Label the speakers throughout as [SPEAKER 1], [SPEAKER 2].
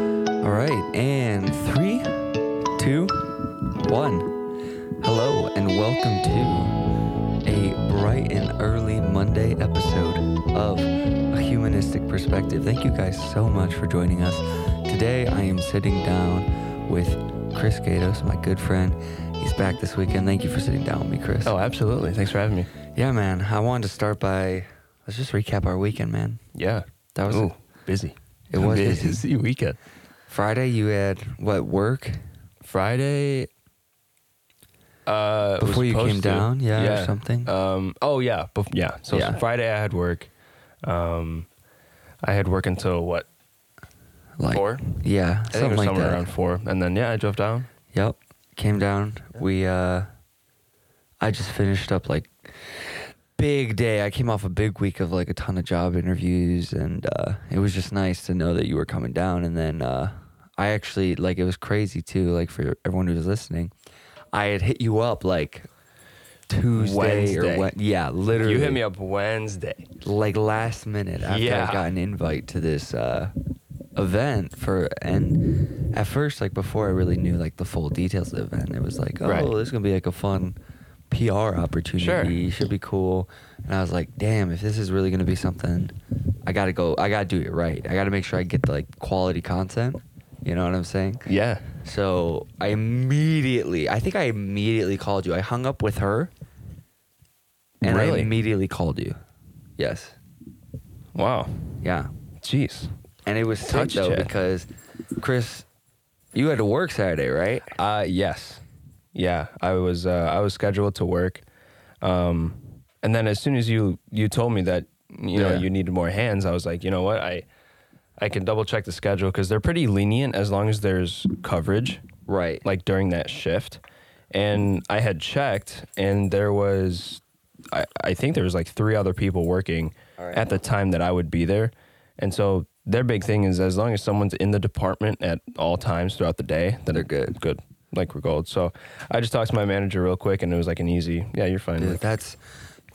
[SPEAKER 1] right, and three, two, one. Hello, and welcome to a bright and early Monday episode of A Humanistic Perspective. Thank you guys so much for joining us. Today, I am sitting down with Chris Gatos, my good friend. He's back this weekend. Thank you for sitting down with me, Chris.
[SPEAKER 2] Oh, absolutely. Thanks for having me.
[SPEAKER 1] yeah, man. I wanted to start by let's just recap our weekend, man.
[SPEAKER 2] Yeah.
[SPEAKER 1] That was
[SPEAKER 2] Ooh, busy.
[SPEAKER 1] It was busy.
[SPEAKER 2] busy, weekend.
[SPEAKER 1] Friday. You had what work?
[SPEAKER 2] Friday. Uh, was
[SPEAKER 1] Before you came
[SPEAKER 2] supposed to-
[SPEAKER 1] down, yeah, or something?
[SPEAKER 2] Um, oh yeah, bef- yeah. So
[SPEAKER 1] Yeah.
[SPEAKER 2] Friday I had work. Um, I had work until what?
[SPEAKER 1] Like
[SPEAKER 2] four.
[SPEAKER 1] Yeah,
[SPEAKER 2] I think it
[SPEAKER 1] something
[SPEAKER 2] was
[SPEAKER 1] like
[SPEAKER 2] somewhere
[SPEAKER 1] that.
[SPEAKER 2] around four, and then yeah, I drove down.
[SPEAKER 1] Yep. Came down. We uh I just finished up like big day. I came off a big week of like a ton of job interviews and uh it was just nice to know that you were coming down and then uh I actually like it was crazy too, like for everyone who was listening. I had hit you up like Tuesday or
[SPEAKER 2] Wednesday.
[SPEAKER 1] what? Yeah, literally.
[SPEAKER 2] You hit me up Wednesday.
[SPEAKER 1] like last minute after I
[SPEAKER 2] Yeah.
[SPEAKER 1] got an invite to this uh, event for and at first like before I really knew like the full details of the event it was like oh
[SPEAKER 2] Right.
[SPEAKER 1] this is gonna be like a fun PR opportunity should be cool and I was like damn if this is really gonna be something I gotta go I gotta do it right I gotta make sure I get the like quality content you know what I'm saying
[SPEAKER 2] Yeah.
[SPEAKER 1] so I immediately, I think I immediately called you. I hung up with her, and I
[SPEAKER 2] Really?
[SPEAKER 1] immediately called you. Yes,
[SPEAKER 2] Wow.
[SPEAKER 1] yeah,
[SPEAKER 2] Jeez.
[SPEAKER 1] and it was touch
[SPEAKER 2] Touch
[SPEAKER 1] though
[SPEAKER 2] chat.
[SPEAKER 1] because Chris, you had to work Saturday, right?
[SPEAKER 2] Uh, yes. Yeah, I was uh, I was scheduled to work, um, and then as soon as you you told me that you know
[SPEAKER 1] Yeah.
[SPEAKER 2] you needed more hands, I was like, you know what, I I can double check the schedule because they're pretty lenient as long as there's coverage
[SPEAKER 1] Right.
[SPEAKER 2] like during that shift, and I had checked and there was I, I think there was like three other people working
[SPEAKER 1] All right.
[SPEAKER 2] at the time that I would be there, and so. Their big thing is as long as someone's in the department at all times throughout the day, then
[SPEAKER 1] They're good.
[SPEAKER 2] good. Like we're gold. So I just talked to my manager real quick and it was like an easy, yeah, you're fine.
[SPEAKER 1] Dude,
[SPEAKER 2] Like,
[SPEAKER 1] that's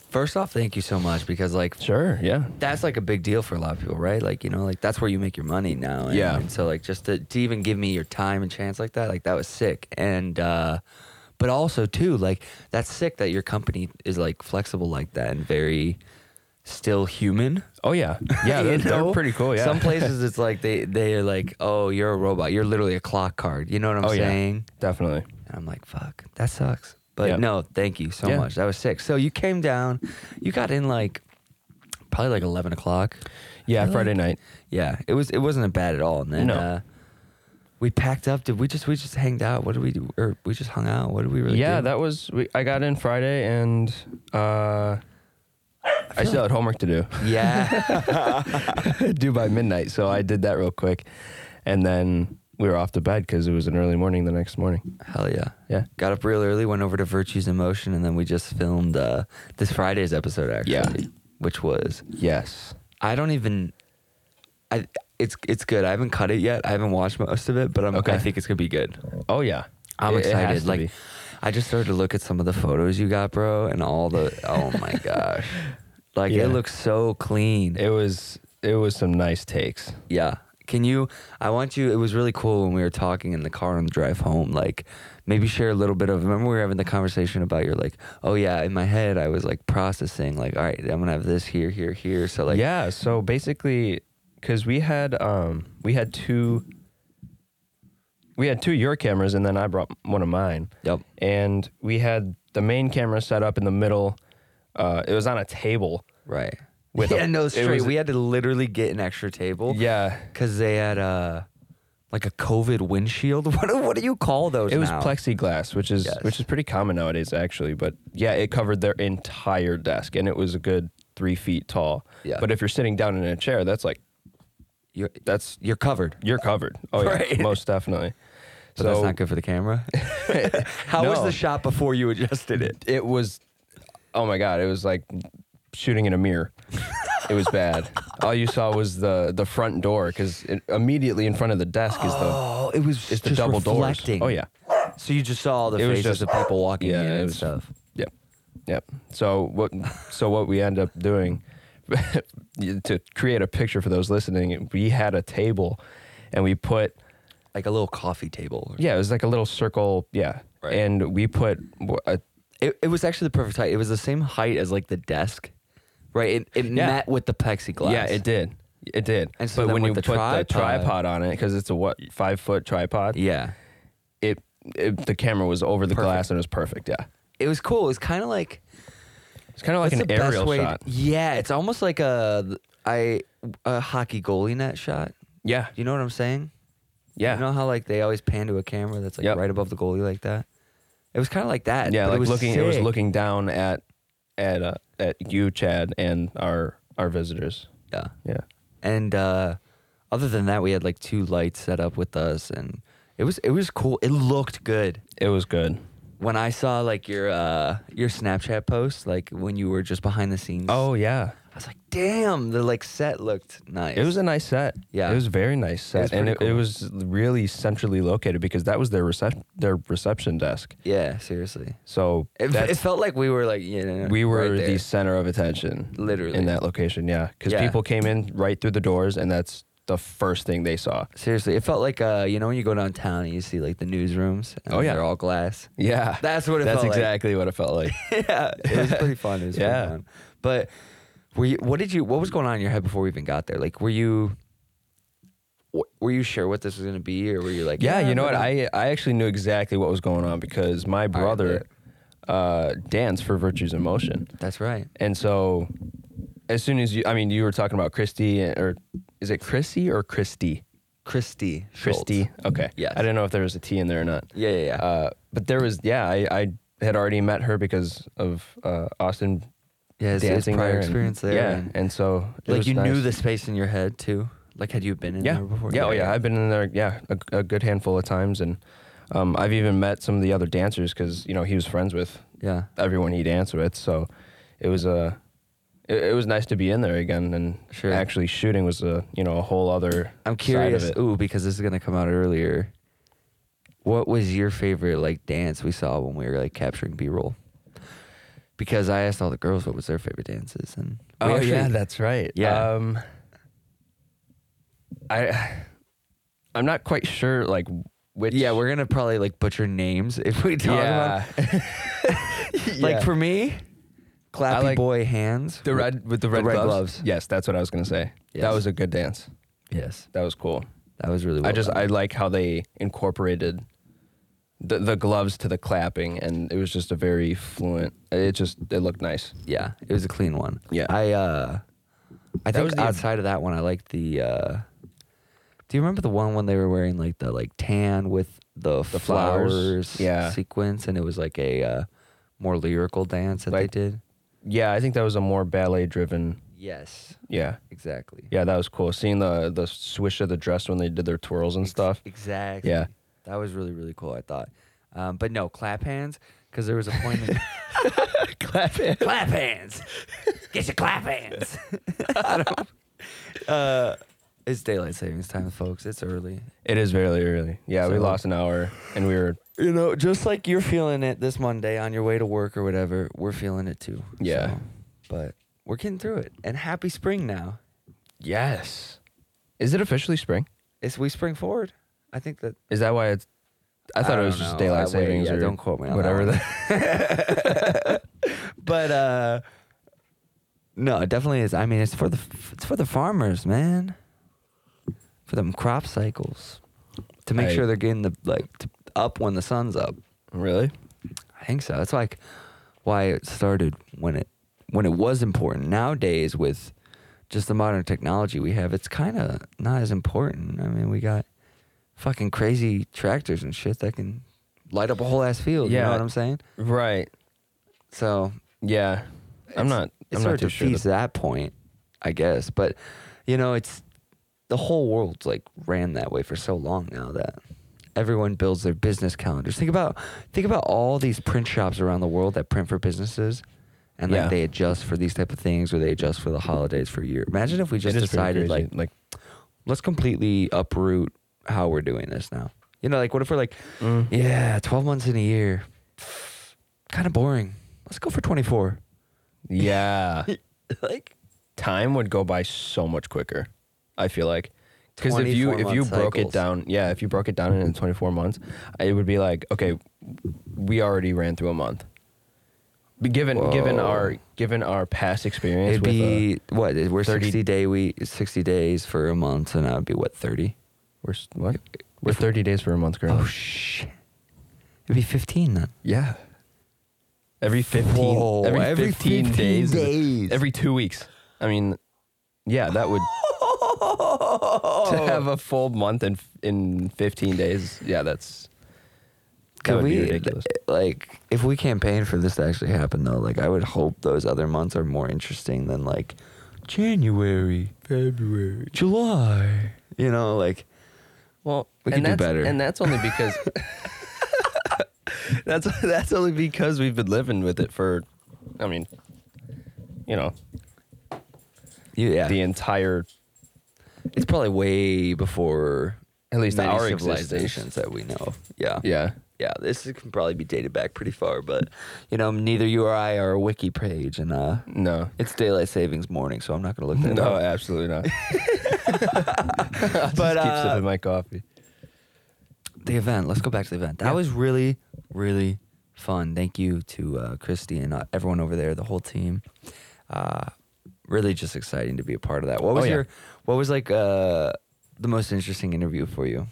[SPEAKER 1] first off, thank you so much because like
[SPEAKER 2] sure, yeah.
[SPEAKER 1] that's like a big deal for a lot of people, right? Like you know, like that's where you make your money now. And,
[SPEAKER 2] Yeah.
[SPEAKER 1] And so like just to, to even give me your time and chance like that, like that was sick. And uh, but also too, like that's sick that your company is like flexible like that and very still human.
[SPEAKER 2] Oh yeah. Yeah,
[SPEAKER 1] You
[SPEAKER 2] they're,
[SPEAKER 1] know?
[SPEAKER 2] they're pretty cool, yeah.
[SPEAKER 1] Some places it's like they they are like, oh, you're a robot. You're literally a clock card. You know what I'm
[SPEAKER 2] Oh, yeah.
[SPEAKER 1] saying?
[SPEAKER 2] Definitely.
[SPEAKER 1] And I'm like, fuck, that sucks. But
[SPEAKER 2] Yeah.
[SPEAKER 1] no, thank you so
[SPEAKER 2] Yeah.
[SPEAKER 1] much. That was sick. So you came down, you got in like probably like eleven o'clock.
[SPEAKER 2] Yeah,
[SPEAKER 1] Really?
[SPEAKER 2] Friday night.
[SPEAKER 1] Yeah, it was it wasn't bad at all. And then
[SPEAKER 2] No.
[SPEAKER 1] uh, we packed up. Did we just we just hanged out? What did we do? Or we just hung out? What did we really?
[SPEAKER 2] yeah,
[SPEAKER 1] do?
[SPEAKER 2] that was we, I got in Friday and uh I still had homework to do.
[SPEAKER 1] yeah,
[SPEAKER 2] due by midnight, so I did that real quick. And then we were off to bed cuz it was an early morning the next morning.
[SPEAKER 1] hell yeah.
[SPEAKER 2] Yeah.
[SPEAKER 1] Got up real early, went over to Virtues in Motion, and then we just filmed uh, this Friday's episode actually,
[SPEAKER 2] Yeah.
[SPEAKER 1] which was
[SPEAKER 2] Yes.
[SPEAKER 1] I don't even. I it's it's good. I haven't cut it yet. I haven't watched most of it, but I'm, I
[SPEAKER 2] Okay.
[SPEAKER 1] think it's gonna be good.
[SPEAKER 2] Oh yeah.
[SPEAKER 1] I'm
[SPEAKER 2] It- it
[SPEAKER 1] excited.
[SPEAKER 2] has to
[SPEAKER 1] Like,
[SPEAKER 2] be.
[SPEAKER 1] I just started to look at some of the photos you got, bro, and all the. Oh my gosh, like
[SPEAKER 2] Yeah.
[SPEAKER 1] it looks so clean.
[SPEAKER 2] it was it was some nice takes.
[SPEAKER 1] yeah. Can you? I want you. It was really cool when we were talking in the car on the drive home. Like, maybe share a little bit of. Remember we were having the conversation about you're like, oh yeah, in my head I was like processing like, all right, I'm gonna have this here, here, here. So like,
[SPEAKER 2] yeah so basically because we had um we had two we had two of your cameras and then i brought one of mine
[SPEAKER 1] Yep.
[SPEAKER 2] and we had the main camera set up in the middle uh it was on a table
[SPEAKER 1] Right.
[SPEAKER 2] With
[SPEAKER 1] yeah,
[SPEAKER 2] a-
[SPEAKER 1] no,
[SPEAKER 2] it
[SPEAKER 1] straight.
[SPEAKER 2] was-
[SPEAKER 1] we had to literally get an extra table.
[SPEAKER 2] yeah
[SPEAKER 1] Because they had uh, like a COVID windshield. What, do- what do you call those?
[SPEAKER 2] it was
[SPEAKER 1] now?
[SPEAKER 2] plexiglass which is
[SPEAKER 1] Yes.
[SPEAKER 2] which is pretty common nowadays actually but yeah it covered their entire desk and it was a good three feet tall
[SPEAKER 1] Yeah.
[SPEAKER 2] but if you're sitting down in a chair that's like
[SPEAKER 1] You're,
[SPEAKER 2] that's
[SPEAKER 1] you're covered.
[SPEAKER 2] you're covered oh yeah
[SPEAKER 1] Right.
[SPEAKER 2] most definitely
[SPEAKER 1] But that's not good for the camera. How was
[SPEAKER 2] No.
[SPEAKER 1] the shot before you adjusted it?
[SPEAKER 2] it was oh my god it was like shooting in a mirror it was bad all you saw was the the front door because immediately in front of the desk is the
[SPEAKER 1] Oh, it was
[SPEAKER 2] is the
[SPEAKER 1] just
[SPEAKER 2] double
[SPEAKER 1] reflecting.
[SPEAKER 2] doors oh yeah
[SPEAKER 1] So you just saw all the
[SPEAKER 2] It was
[SPEAKER 1] faces
[SPEAKER 2] just-
[SPEAKER 1] of people walking
[SPEAKER 2] yeah,
[SPEAKER 1] in
[SPEAKER 2] it
[SPEAKER 1] and
[SPEAKER 2] was-
[SPEAKER 1] stuff.
[SPEAKER 2] yep yep so what so what we end up doing to create a picture for those listening we had a table and we put
[SPEAKER 1] like a little coffee table. Or,
[SPEAKER 2] Yeah, it was like a little circle. Yeah,
[SPEAKER 1] Right.
[SPEAKER 2] and we put a,
[SPEAKER 1] it, it was actually the perfect height. It was the same height as like the desk, right? It, it
[SPEAKER 2] Yeah.
[SPEAKER 1] met with the plexiglass.
[SPEAKER 2] yeah, it did, it did.
[SPEAKER 1] And so
[SPEAKER 2] but
[SPEAKER 1] then
[SPEAKER 2] when
[SPEAKER 1] with
[SPEAKER 2] you
[SPEAKER 1] the
[SPEAKER 2] put the
[SPEAKER 1] tripod-
[SPEAKER 2] tripod on it, because it's a what five foot tripod,
[SPEAKER 1] Yeah.
[SPEAKER 2] it, it the camera was over the glass and it was perfect. Yeah,
[SPEAKER 1] It was cool. It was kind of like
[SPEAKER 2] it's kind of like
[SPEAKER 1] That's
[SPEAKER 2] an
[SPEAKER 1] the best
[SPEAKER 2] aerial
[SPEAKER 1] way to-
[SPEAKER 2] shot.
[SPEAKER 1] yeah, it's almost like a I a hockey goalie net shot.
[SPEAKER 2] yeah,
[SPEAKER 1] You know what I'm saying?
[SPEAKER 2] yeah.
[SPEAKER 1] You know how like they always pan to a camera that's like
[SPEAKER 2] Yep.
[SPEAKER 1] right above the goalie like that. It was kind of like that.
[SPEAKER 2] Yeah,
[SPEAKER 1] but
[SPEAKER 2] like
[SPEAKER 1] it was
[SPEAKER 2] looking, it was
[SPEAKER 1] sick.
[SPEAKER 2] looking down at at uh, at you, Chad, and our our visitors.
[SPEAKER 1] Yeah,
[SPEAKER 2] Yeah,
[SPEAKER 1] and uh, other than that, we had like two lights set up with us, and it was it was cool. It looked good.
[SPEAKER 2] it was good.
[SPEAKER 1] When I saw like your uh, your Snapchat post, like when you were just behind the scenes,
[SPEAKER 2] Oh yeah,
[SPEAKER 1] I was like, damn, the like set looked nice.
[SPEAKER 2] it was a nice set.
[SPEAKER 1] Yeah.
[SPEAKER 2] it was a very nice set,
[SPEAKER 1] was
[SPEAKER 2] and it,
[SPEAKER 1] pretty
[SPEAKER 2] it
[SPEAKER 1] cool.
[SPEAKER 2] was really centrally located because that was their recep- their reception desk.
[SPEAKER 1] yeah, seriously.
[SPEAKER 2] So
[SPEAKER 1] It,
[SPEAKER 2] that's-
[SPEAKER 1] it felt like we were like you know
[SPEAKER 2] we were
[SPEAKER 1] right there.
[SPEAKER 2] the center of attention,
[SPEAKER 1] Literally.
[SPEAKER 2] in that location. Yeah, because
[SPEAKER 1] Yeah.
[SPEAKER 2] people came in right through the doors, and that's the first thing they saw.
[SPEAKER 1] seriously. It felt like uh you know when you go downtown and you see like the newsrooms. And
[SPEAKER 2] Oh, yeah.
[SPEAKER 1] they're all glass.
[SPEAKER 2] Yeah,
[SPEAKER 1] That's what it
[SPEAKER 2] that's
[SPEAKER 1] felt like.
[SPEAKER 2] exactly what it felt like.
[SPEAKER 1] yeah, it was pretty fun. It was
[SPEAKER 2] Yeah.
[SPEAKER 1] pretty fun. But were you, what did you? What was going on in your head before we even got there? Like, were you? wh- Were you sure what this was going to be, or were you like,
[SPEAKER 2] Yeah, you know what?
[SPEAKER 1] maybe-
[SPEAKER 2] I I actually knew exactly what was going on because my brother uh, danced for Virtues in Motion,
[SPEAKER 1] That's right.
[SPEAKER 2] and so as soon as you, I mean, you were talking about Christy, or is it Chrissy or Christy?
[SPEAKER 1] Christy. Schultz.
[SPEAKER 2] Christy. Okay.
[SPEAKER 1] Yes.
[SPEAKER 2] I didn't know if there was a T in there or not.
[SPEAKER 1] Yeah, yeah, yeah.
[SPEAKER 2] Uh, but there was, yeah, I, I had already met her because of uh, Austin
[SPEAKER 1] Yeah, it's, it's
[SPEAKER 2] dancing
[SPEAKER 1] prior
[SPEAKER 2] there and-
[SPEAKER 1] experience there.
[SPEAKER 2] Yeah,
[SPEAKER 1] and-
[SPEAKER 2] and so it
[SPEAKER 1] like
[SPEAKER 2] was
[SPEAKER 1] you knew
[SPEAKER 2] nice.
[SPEAKER 1] the space in your head too. Like, had you been in
[SPEAKER 2] yeah.
[SPEAKER 1] there before?
[SPEAKER 2] Yeah, oh yeah, I've been in there, yeah, a, a good handful of times, and um, I've even met some of the other dancers because you know he was friends with
[SPEAKER 1] yeah.
[SPEAKER 2] everyone he danced with, so it was a. It, it was nice to be in there again, and
[SPEAKER 1] Sure.
[SPEAKER 2] actually shooting was a you know a whole other.
[SPEAKER 1] I'm curious.
[SPEAKER 2] Side of it.
[SPEAKER 1] Ooh, because this is gonna come out earlier. What was your favorite like dance we saw when we were like capturing B-roll? Because I asked all the girls what was their favorite dances, and we actually-
[SPEAKER 2] Oh, that's right.
[SPEAKER 1] Yeah.
[SPEAKER 2] um, I I'm not quite sure like which.
[SPEAKER 1] yeah, we're gonna probably like butcher names if we talk
[SPEAKER 2] yeah.
[SPEAKER 1] about. Like
[SPEAKER 2] Yeah.
[SPEAKER 1] for me, clappy
[SPEAKER 2] like-
[SPEAKER 1] boy hands.
[SPEAKER 2] The red with the red,
[SPEAKER 1] red
[SPEAKER 2] gloves?
[SPEAKER 1] gloves.
[SPEAKER 2] Yes, that's what I was gonna say. That
[SPEAKER 1] Yes.
[SPEAKER 2] was a good dance.
[SPEAKER 1] Yes,
[SPEAKER 2] That was cool.
[SPEAKER 1] that was really. Well
[SPEAKER 2] I just
[SPEAKER 1] done.
[SPEAKER 2] I like how they incorporated the the gloves to the clapping, and it was just a very fluent. It just it looked nice.
[SPEAKER 1] yeah, it was a clean one.
[SPEAKER 2] Yeah.
[SPEAKER 1] I uh, I think
[SPEAKER 2] was the-
[SPEAKER 1] outside of that one, I liked the. uh Do you remember the one when they were wearing like the like tan with the,
[SPEAKER 2] flowers.
[SPEAKER 1] flowers,
[SPEAKER 2] Yeah.
[SPEAKER 1] sequence, and it was like a uh, more lyrical dance that
[SPEAKER 2] Like-
[SPEAKER 1] they did.
[SPEAKER 2] Yeah, I think that was a more ballet driven.
[SPEAKER 1] Yes,
[SPEAKER 2] Yeah,
[SPEAKER 1] exactly.
[SPEAKER 2] yeah, that was cool. Seeing the the swish of the dress when they did their twirls and stuff.
[SPEAKER 1] Exactly.
[SPEAKER 2] Yeah.
[SPEAKER 1] that was really really cool. I thought, um, but no clap hands because there was a point. in...
[SPEAKER 2] Clapping.
[SPEAKER 1] clap hands. Get your clap hands. uh, it's daylight savings time, folks. It's early.
[SPEAKER 2] It is very early. Yeah, we
[SPEAKER 1] So-
[SPEAKER 2] lost an hour, and we were
[SPEAKER 1] You know, just like you're feeling it this Monday on your way to work or whatever, we're feeling it too.
[SPEAKER 2] Yeah.
[SPEAKER 1] So, but we're getting through it. And happy spring now.
[SPEAKER 2] yes. Is it officially spring?
[SPEAKER 1] It's we spring forward. I think that
[SPEAKER 2] Is that why it's? I thought it
[SPEAKER 1] don't
[SPEAKER 2] was just
[SPEAKER 1] know.
[SPEAKER 2] daylight
[SPEAKER 1] Uh, wait,
[SPEAKER 2] savings
[SPEAKER 1] yeah,
[SPEAKER 2] or
[SPEAKER 1] don't quote me on that
[SPEAKER 2] whatever.
[SPEAKER 1] one.
[SPEAKER 2] the-
[SPEAKER 1] but uh no, it definitely is. I mean, it's for the it's for the farmers, man. For them crop cycles to make
[SPEAKER 2] I-
[SPEAKER 1] sure they're getting the like t up when the sun's up.
[SPEAKER 2] really?
[SPEAKER 1] I think so. That's like why it started when it when it was important. Nowadays, with just the modern technology we have, it's kind of not as important. I mean, we got fucking crazy tractors and shit that can light up a whole ass field. You
[SPEAKER 2] Yeah.
[SPEAKER 1] know what I'm saying?
[SPEAKER 2] Right.
[SPEAKER 1] So
[SPEAKER 2] Yeah. I'm
[SPEAKER 1] It's-
[SPEAKER 2] not.
[SPEAKER 1] it
[SPEAKER 2] I'm
[SPEAKER 1] sort
[SPEAKER 2] not
[SPEAKER 1] of
[SPEAKER 2] too sure.
[SPEAKER 1] defeats that
[SPEAKER 2] that-
[SPEAKER 1] point, I guess. But you know, it's the whole world's like ran that way for so long now that everyone builds their business calendars. Think about think about all these print shops around the world that print for businesses. And like
[SPEAKER 2] Yeah.
[SPEAKER 1] they adjust for these type of things, or they adjust for the holidays for a year. Imagine if we
[SPEAKER 2] it
[SPEAKER 1] just
[SPEAKER 2] is pretty
[SPEAKER 1] decided,
[SPEAKER 2] crazy.
[SPEAKER 1] like, let's completely uproot how we're doing this now. You know, like, what if we're like,
[SPEAKER 2] Mm.
[SPEAKER 1] yeah, twelve months in a year, kind of boring. Let's go for twenty four.
[SPEAKER 2] yeah,
[SPEAKER 1] like,
[SPEAKER 2] time would go by so much quicker. I feel like Because if you if
[SPEAKER 1] 24
[SPEAKER 2] you
[SPEAKER 1] month
[SPEAKER 2] broke it
[SPEAKER 1] cycles.
[SPEAKER 2] down, yeah, if you broke it down into 24 months, it would be like, okay, we already ran through a month. But given given
[SPEAKER 1] Whoa.
[SPEAKER 2] our given our past experience
[SPEAKER 1] It'd
[SPEAKER 2] with uh,
[SPEAKER 1] be what? We're
[SPEAKER 2] 30
[SPEAKER 1] sixty day we sixty days for a month, and that would be what thirty.
[SPEAKER 2] we're s- what? We're 30 days for a month, girl.
[SPEAKER 1] Oh shit! It'd be fifteen then.
[SPEAKER 2] yeah. Every 15
[SPEAKER 1] Whoa,
[SPEAKER 2] every
[SPEAKER 1] every
[SPEAKER 2] 15,
[SPEAKER 1] 15
[SPEAKER 2] days, is-
[SPEAKER 1] days.
[SPEAKER 2] every 2 weeks. I mean, yeah, that would to have a full month in in 15 days. Yeah, that's that
[SPEAKER 1] Could
[SPEAKER 2] would
[SPEAKER 1] we
[SPEAKER 2] be ridiculous.
[SPEAKER 1] like if we campaign for this to actually happen though? Like I would hope those other months are more interesting than like January, February, July. You know, like
[SPEAKER 2] Well,
[SPEAKER 1] We
[SPEAKER 2] and
[SPEAKER 1] could do
[SPEAKER 2] that's-
[SPEAKER 1] better.
[SPEAKER 2] and that's only because that's that's only because we've been living with it for, I mean, you know,
[SPEAKER 1] yeah,
[SPEAKER 2] the entire.
[SPEAKER 1] it's probably way before
[SPEAKER 2] At least
[SPEAKER 1] many
[SPEAKER 2] our existence.
[SPEAKER 1] civilizations that we know. of. Yeah,
[SPEAKER 2] Yeah,
[SPEAKER 1] yeah. This is- can probably be dated back pretty far, but you know, neither you or I are a wiki page, and uh,
[SPEAKER 2] no,
[SPEAKER 1] it's daylight savings morning, so I'm not gonna look that
[SPEAKER 2] no,
[SPEAKER 1] up.
[SPEAKER 2] absolutely not.
[SPEAKER 1] But
[SPEAKER 2] Keep
[SPEAKER 1] uh,
[SPEAKER 2] sipping my coffee.
[SPEAKER 1] the event. Let's go back to the event. That was really, really fun. Thank you to uh, Christy and uh, everyone over there, the whole team. Uh, really, just exciting to be a part of that. What was
[SPEAKER 2] Oh, yeah.
[SPEAKER 1] your? What was like uh, the most interesting interview for you?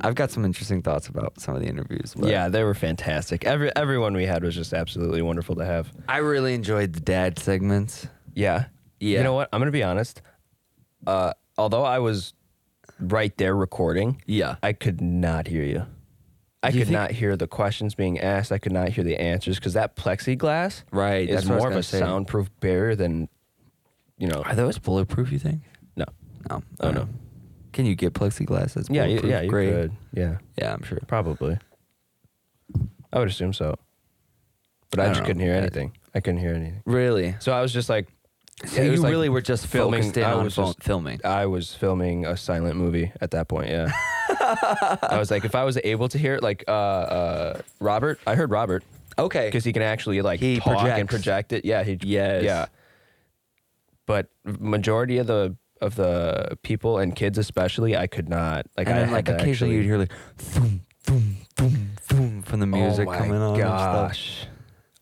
[SPEAKER 1] I've got some interesting thoughts about some of the interviews. But
[SPEAKER 2] Yeah, they were fantastic. Every everyone we had was just absolutely wonderful to have.
[SPEAKER 1] I really enjoyed the dad segments.
[SPEAKER 2] Yeah.
[SPEAKER 1] Yeah.
[SPEAKER 2] You know what? I'm gonna be honest. Uh, although I was right there recording,
[SPEAKER 1] Yeah.
[SPEAKER 2] I could not hear you. I
[SPEAKER 1] You
[SPEAKER 2] could
[SPEAKER 1] think-
[SPEAKER 2] not hear the questions being asked. I could not hear the answers because that plexiglass
[SPEAKER 1] Right,
[SPEAKER 2] is
[SPEAKER 1] that's what I was
[SPEAKER 2] more of
[SPEAKER 1] gonna
[SPEAKER 2] a
[SPEAKER 1] say.
[SPEAKER 2] soundproof barrier than, you know,
[SPEAKER 1] Are those bulletproof? You think?
[SPEAKER 2] no.
[SPEAKER 1] No.
[SPEAKER 2] Oh, no.
[SPEAKER 1] Can you get plexiglass? That's
[SPEAKER 2] Yeah, you,
[SPEAKER 1] bulletproof?
[SPEAKER 2] yeah, you
[SPEAKER 1] Great.
[SPEAKER 2] could. Yeah,
[SPEAKER 1] Yeah, I'm sure.
[SPEAKER 2] probably. I would assume so. But
[SPEAKER 1] I
[SPEAKER 2] I,
[SPEAKER 1] don't
[SPEAKER 2] just
[SPEAKER 1] know.
[SPEAKER 2] couldn't hear
[SPEAKER 1] I-
[SPEAKER 2] anything. I couldn't hear anything.
[SPEAKER 1] Uh, Really?
[SPEAKER 2] So I was just like,
[SPEAKER 1] So
[SPEAKER 2] it
[SPEAKER 1] you
[SPEAKER 2] was like
[SPEAKER 1] really were just
[SPEAKER 2] filming-
[SPEAKER 1] focused in
[SPEAKER 2] I
[SPEAKER 1] on
[SPEAKER 2] was
[SPEAKER 1] fil-
[SPEAKER 2] just-
[SPEAKER 1] filming.
[SPEAKER 2] I was filming a silent movie at that point. Yeah. I was like, if I was able to hear it, like uh, uh, Robert, I heard Robert
[SPEAKER 1] Okay.
[SPEAKER 2] because he can actually like
[SPEAKER 1] He
[SPEAKER 2] talk and
[SPEAKER 1] projects.
[SPEAKER 2] project it. Yeah. He.
[SPEAKER 1] Yes.
[SPEAKER 2] Yeah. But majority of the of the people and kids especially, I could not like.
[SPEAKER 1] and
[SPEAKER 2] I
[SPEAKER 1] then
[SPEAKER 2] had
[SPEAKER 1] like
[SPEAKER 2] to
[SPEAKER 1] occasionally
[SPEAKER 2] actually-
[SPEAKER 1] you'd hear like thum thum thum thum from the music
[SPEAKER 2] oh my
[SPEAKER 1] coming on. And stuff.
[SPEAKER 2] Gosh.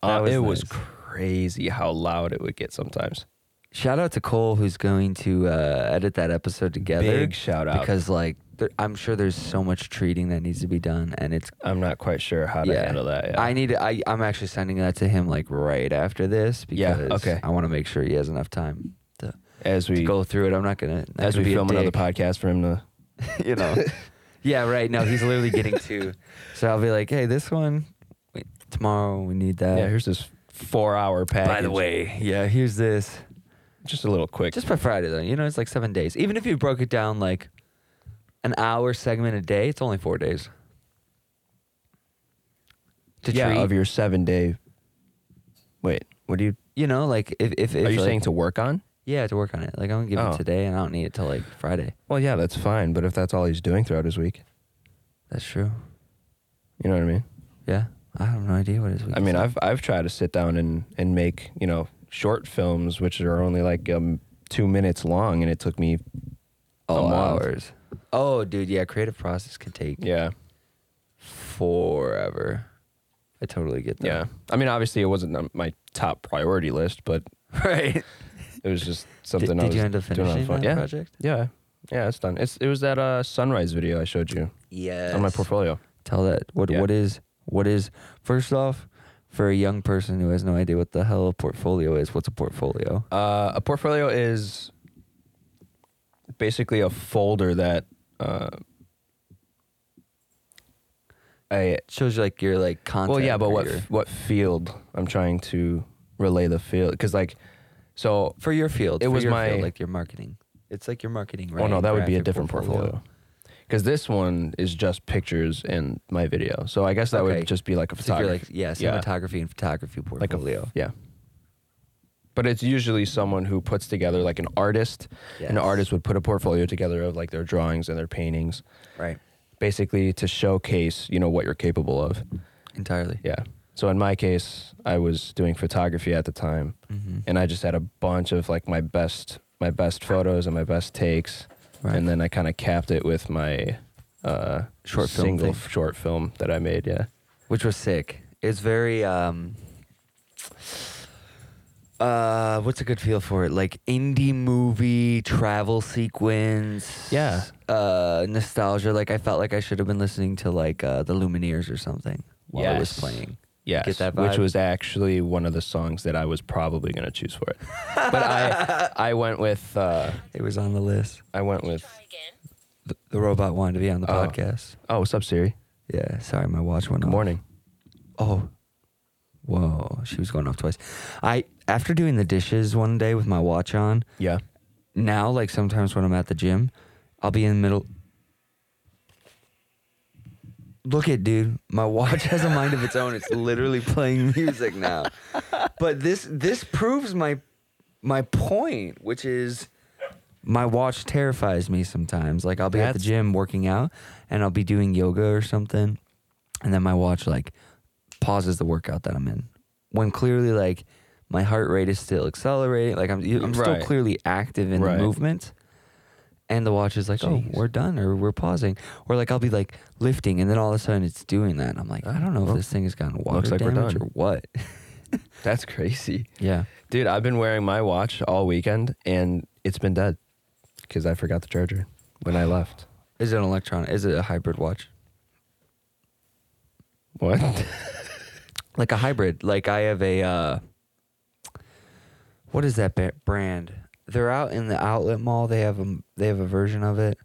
[SPEAKER 1] That
[SPEAKER 2] Uh,
[SPEAKER 1] was
[SPEAKER 2] it was
[SPEAKER 1] nice.
[SPEAKER 2] crazy how loud it would get sometimes.
[SPEAKER 1] Shout out to Cole who's going to uh, edit that episode together.
[SPEAKER 2] Big shout out.
[SPEAKER 1] because like there, I'm sure there's so much treating that needs to be done, and it's
[SPEAKER 2] I'm not quite sure how to
[SPEAKER 1] yeah.
[SPEAKER 2] handle that. Yeah.
[SPEAKER 1] I need to- I I'm actually sending that to him like right after this
[SPEAKER 2] Yeah,
[SPEAKER 1] because
[SPEAKER 2] okay.
[SPEAKER 1] I want to make sure he has enough time to,
[SPEAKER 2] as
[SPEAKER 1] to
[SPEAKER 2] we
[SPEAKER 1] go through it. I'm not gonna not
[SPEAKER 2] as
[SPEAKER 1] gonna
[SPEAKER 2] we
[SPEAKER 1] be a
[SPEAKER 2] film another
[SPEAKER 1] dick.
[SPEAKER 2] podcast for him to
[SPEAKER 1] you know. yeah, right. No, he's literally getting two. So I'll be like, hey, this one we, tomorrow we need that.
[SPEAKER 2] yeah here's this four hour package
[SPEAKER 1] By the way, yeah, here's this.
[SPEAKER 2] just a little quick
[SPEAKER 1] Just by Friday though, you know, it's like seven days. Even if you broke it down like an hour segment a day, it's only four days. To
[SPEAKER 2] yeah
[SPEAKER 1] treat,
[SPEAKER 2] of your seven day wait what do you
[SPEAKER 1] you know, like if if, if
[SPEAKER 2] are you
[SPEAKER 1] like-
[SPEAKER 2] saying to work on
[SPEAKER 1] yeah to work on it. Like I'm gonna give
[SPEAKER 2] Oh.
[SPEAKER 1] it today, and I don't need it till like Friday.
[SPEAKER 2] well yeah that's fine but if that's all he's doing throughout his week
[SPEAKER 1] That's true.
[SPEAKER 2] you know what i mean
[SPEAKER 1] Yeah, I have no idea what it is. we
[SPEAKER 2] i
[SPEAKER 1] can
[SPEAKER 2] mean
[SPEAKER 1] say.
[SPEAKER 2] i've i've tried to sit down and and make you know short films which are only like um two minutes long and it took me
[SPEAKER 1] oh,
[SPEAKER 2] month.
[SPEAKER 1] hours. Oh, dude, yeah, creative process can take
[SPEAKER 2] yeah
[SPEAKER 1] forever. I totally get that.
[SPEAKER 2] yeah i mean obviously it wasn't on my top priority list but
[SPEAKER 1] Right.
[SPEAKER 2] it was just something
[SPEAKER 1] did
[SPEAKER 2] I was
[SPEAKER 1] you end up
[SPEAKER 2] doing on
[SPEAKER 1] finishing
[SPEAKER 2] the phone.
[SPEAKER 1] that
[SPEAKER 2] yeah.
[SPEAKER 1] project?
[SPEAKER 2] Yeah. Yeah, it's done. It's it was that uh sunrise video I showed you
[SPEAKER 1] Yes.
[SPEAKER 2] on my portfolio.
[SPEAKER 1] Tell that what
[SPEAKER 2] Yeah.
[SPEAKER 1] what is what is first off for a young person who has no idea what the hell a portfolio is. What's a portfolio?
[SPEAKER 2] Uh, a portfolio is basically a folder that uh, I
[SPEAKER 1] shows you like your like content.
[SPEAKER 2] well yeah, but
[SPEAKER 1] or
[SPEAKER 2] what
[SPEAKER 1] your-
[SPEAKER 2] f- what field I'm trying to relay the field because like so
[SPEAKER 1] for your field?
[SPEAKER 2] it
[SPEAKER 1] for
[SPEAKER 2] was
[SPEAKER 1] your
[SPEAKER 2] my-
[SPEAKER 1] field, like your marketing. It's like your marketing. Right?
[SPEAKER 2] oh no that would be a
[SPEAKER 1] Graphic
[SPEAKER 2] different portfolio because this one is just pictures and my video so I guess that
[SPEAKER 1] Okay.
[SPEAKER 2] would just be like a
[SPEAKER 1] So if
[SPEAKER 2] photography
[SPEAKER 1] you're like yeah, cinematography and photography
[SPEAKER 2] like a
[SPEAKER 1] portfolio.
[SPEAKER 2] Yeah. But it's usually someone who puts together like an artist. An
[SPEAKER 1] Yes.
[SPEAKER 2] artist would put a portfolio together of like their drawings and their paintings,
[SPEAKER 1] right.
[SPEAKER 2] basically to showcase, you know, what you're capable of.
[SPEAKER 1] Entirely.
[SPEAKER 2] Yeah. So in my case, I was doing photography at the
[SPEAKER 1] Mm-hmm.
[SPEAKER 2] time, and I just had a bunch of like my best my best photos and my best takes
[SPEAKER 1] Right.
[SPEAKER 2] and then I kind of capped it with my uh,
[SPEAKER 1] Short film
[SPEAKER 2] single
[SPEAKER 1] thing.
[SPEAKER 2] short film that I made. Yeah,
[SPEAKER 1] which was sick. It's very um uh what's a good feel for it? Like indie movie travel sequence.
[SPEAKER 2] Yeah.
[SPEAKER 1] Uh nostalgia. Like I felt like I should have been listening to like uh the Lumineers or something while it was
[SPEAKER 2] Yes.
[SPEAKER 1] playing.
[SPEAKER 2] yes,
[SPEAKER 1] that vibe?
[SPEAKER 2] which was actually one of the songs that I was probably gonna choose for it, but I I went with uh,
[SPEAKER 1] It was on the list.
[SPEAKER 2] I went with
[SPEAKER 3] Try again.
[SPEAKER 1] The, the robot wanted to be on the
[SPEAKER 2] Oh.
[SPEAKER 1] podcast.
[SPEAKER 2] oh what's up Siri?
[SPEAKER 1] Yeah. Sorry, my watch went
[SPEAKER 2] Good
[SPEAKER 1] off.
[SPEAKER 2] morning.
[SPEAKER 1] Oh. Whoa, she was going off twice. I after doing the dishes one day with my watch on,
[SPEAKER 2] Yeah.
[SPEAKER 1] now, like sometimes when I'm at the gym, I'll be in the middle. Look at dude, my watch has a mind of its own. It's literally playing music now. But this this proves my my point, which is my watch terrifies me sometimes. Like I'll be at the
[SPEAKER 2] That's-
[SPEAKER 1] gym working out and I'll be doing yoga or something and then my watch like pauses the workout that I'm in. When clearly like my heart rate is still accelerating, like I'm I'm still
[SPEAKER 2] Right.
[SPEAKER 1] clearly active in
[SPEAKER 2] Right.
[SPEAKER 1] the movement. And the watch is like, oh,
[SPEAKER 2] Jeez.
[SPEAKER 1] we're done or we're pausing. Or like I'll be like lifting and then all of a sudden it's doing that. And I'm like, I don't know if
[SPEAKER 2] Well,
[SPEAKER 1] this thing has gotten water
[SPEAKER 2] looks like we're
[SPEAKER 1] damage
[SPEAKER 2] done.
[SPEAKER 1] or what.
[SPEAKER 2] That's crazy.
[SPEAKER 1] yeah.
[SPEAKER 2] Dude, I've been wearing my watch all weekend and it's been dead because I forgot the charger when I left.
[SPEAKER 1] Is it an electronic? Is it a hybrid watch?
[SPEAKER 2] What?
[SPEAKER 1] Like a hybrid. Like I have a, uh, what is that ba- brand? They're out in the outlet mall. They have a they have a version of it.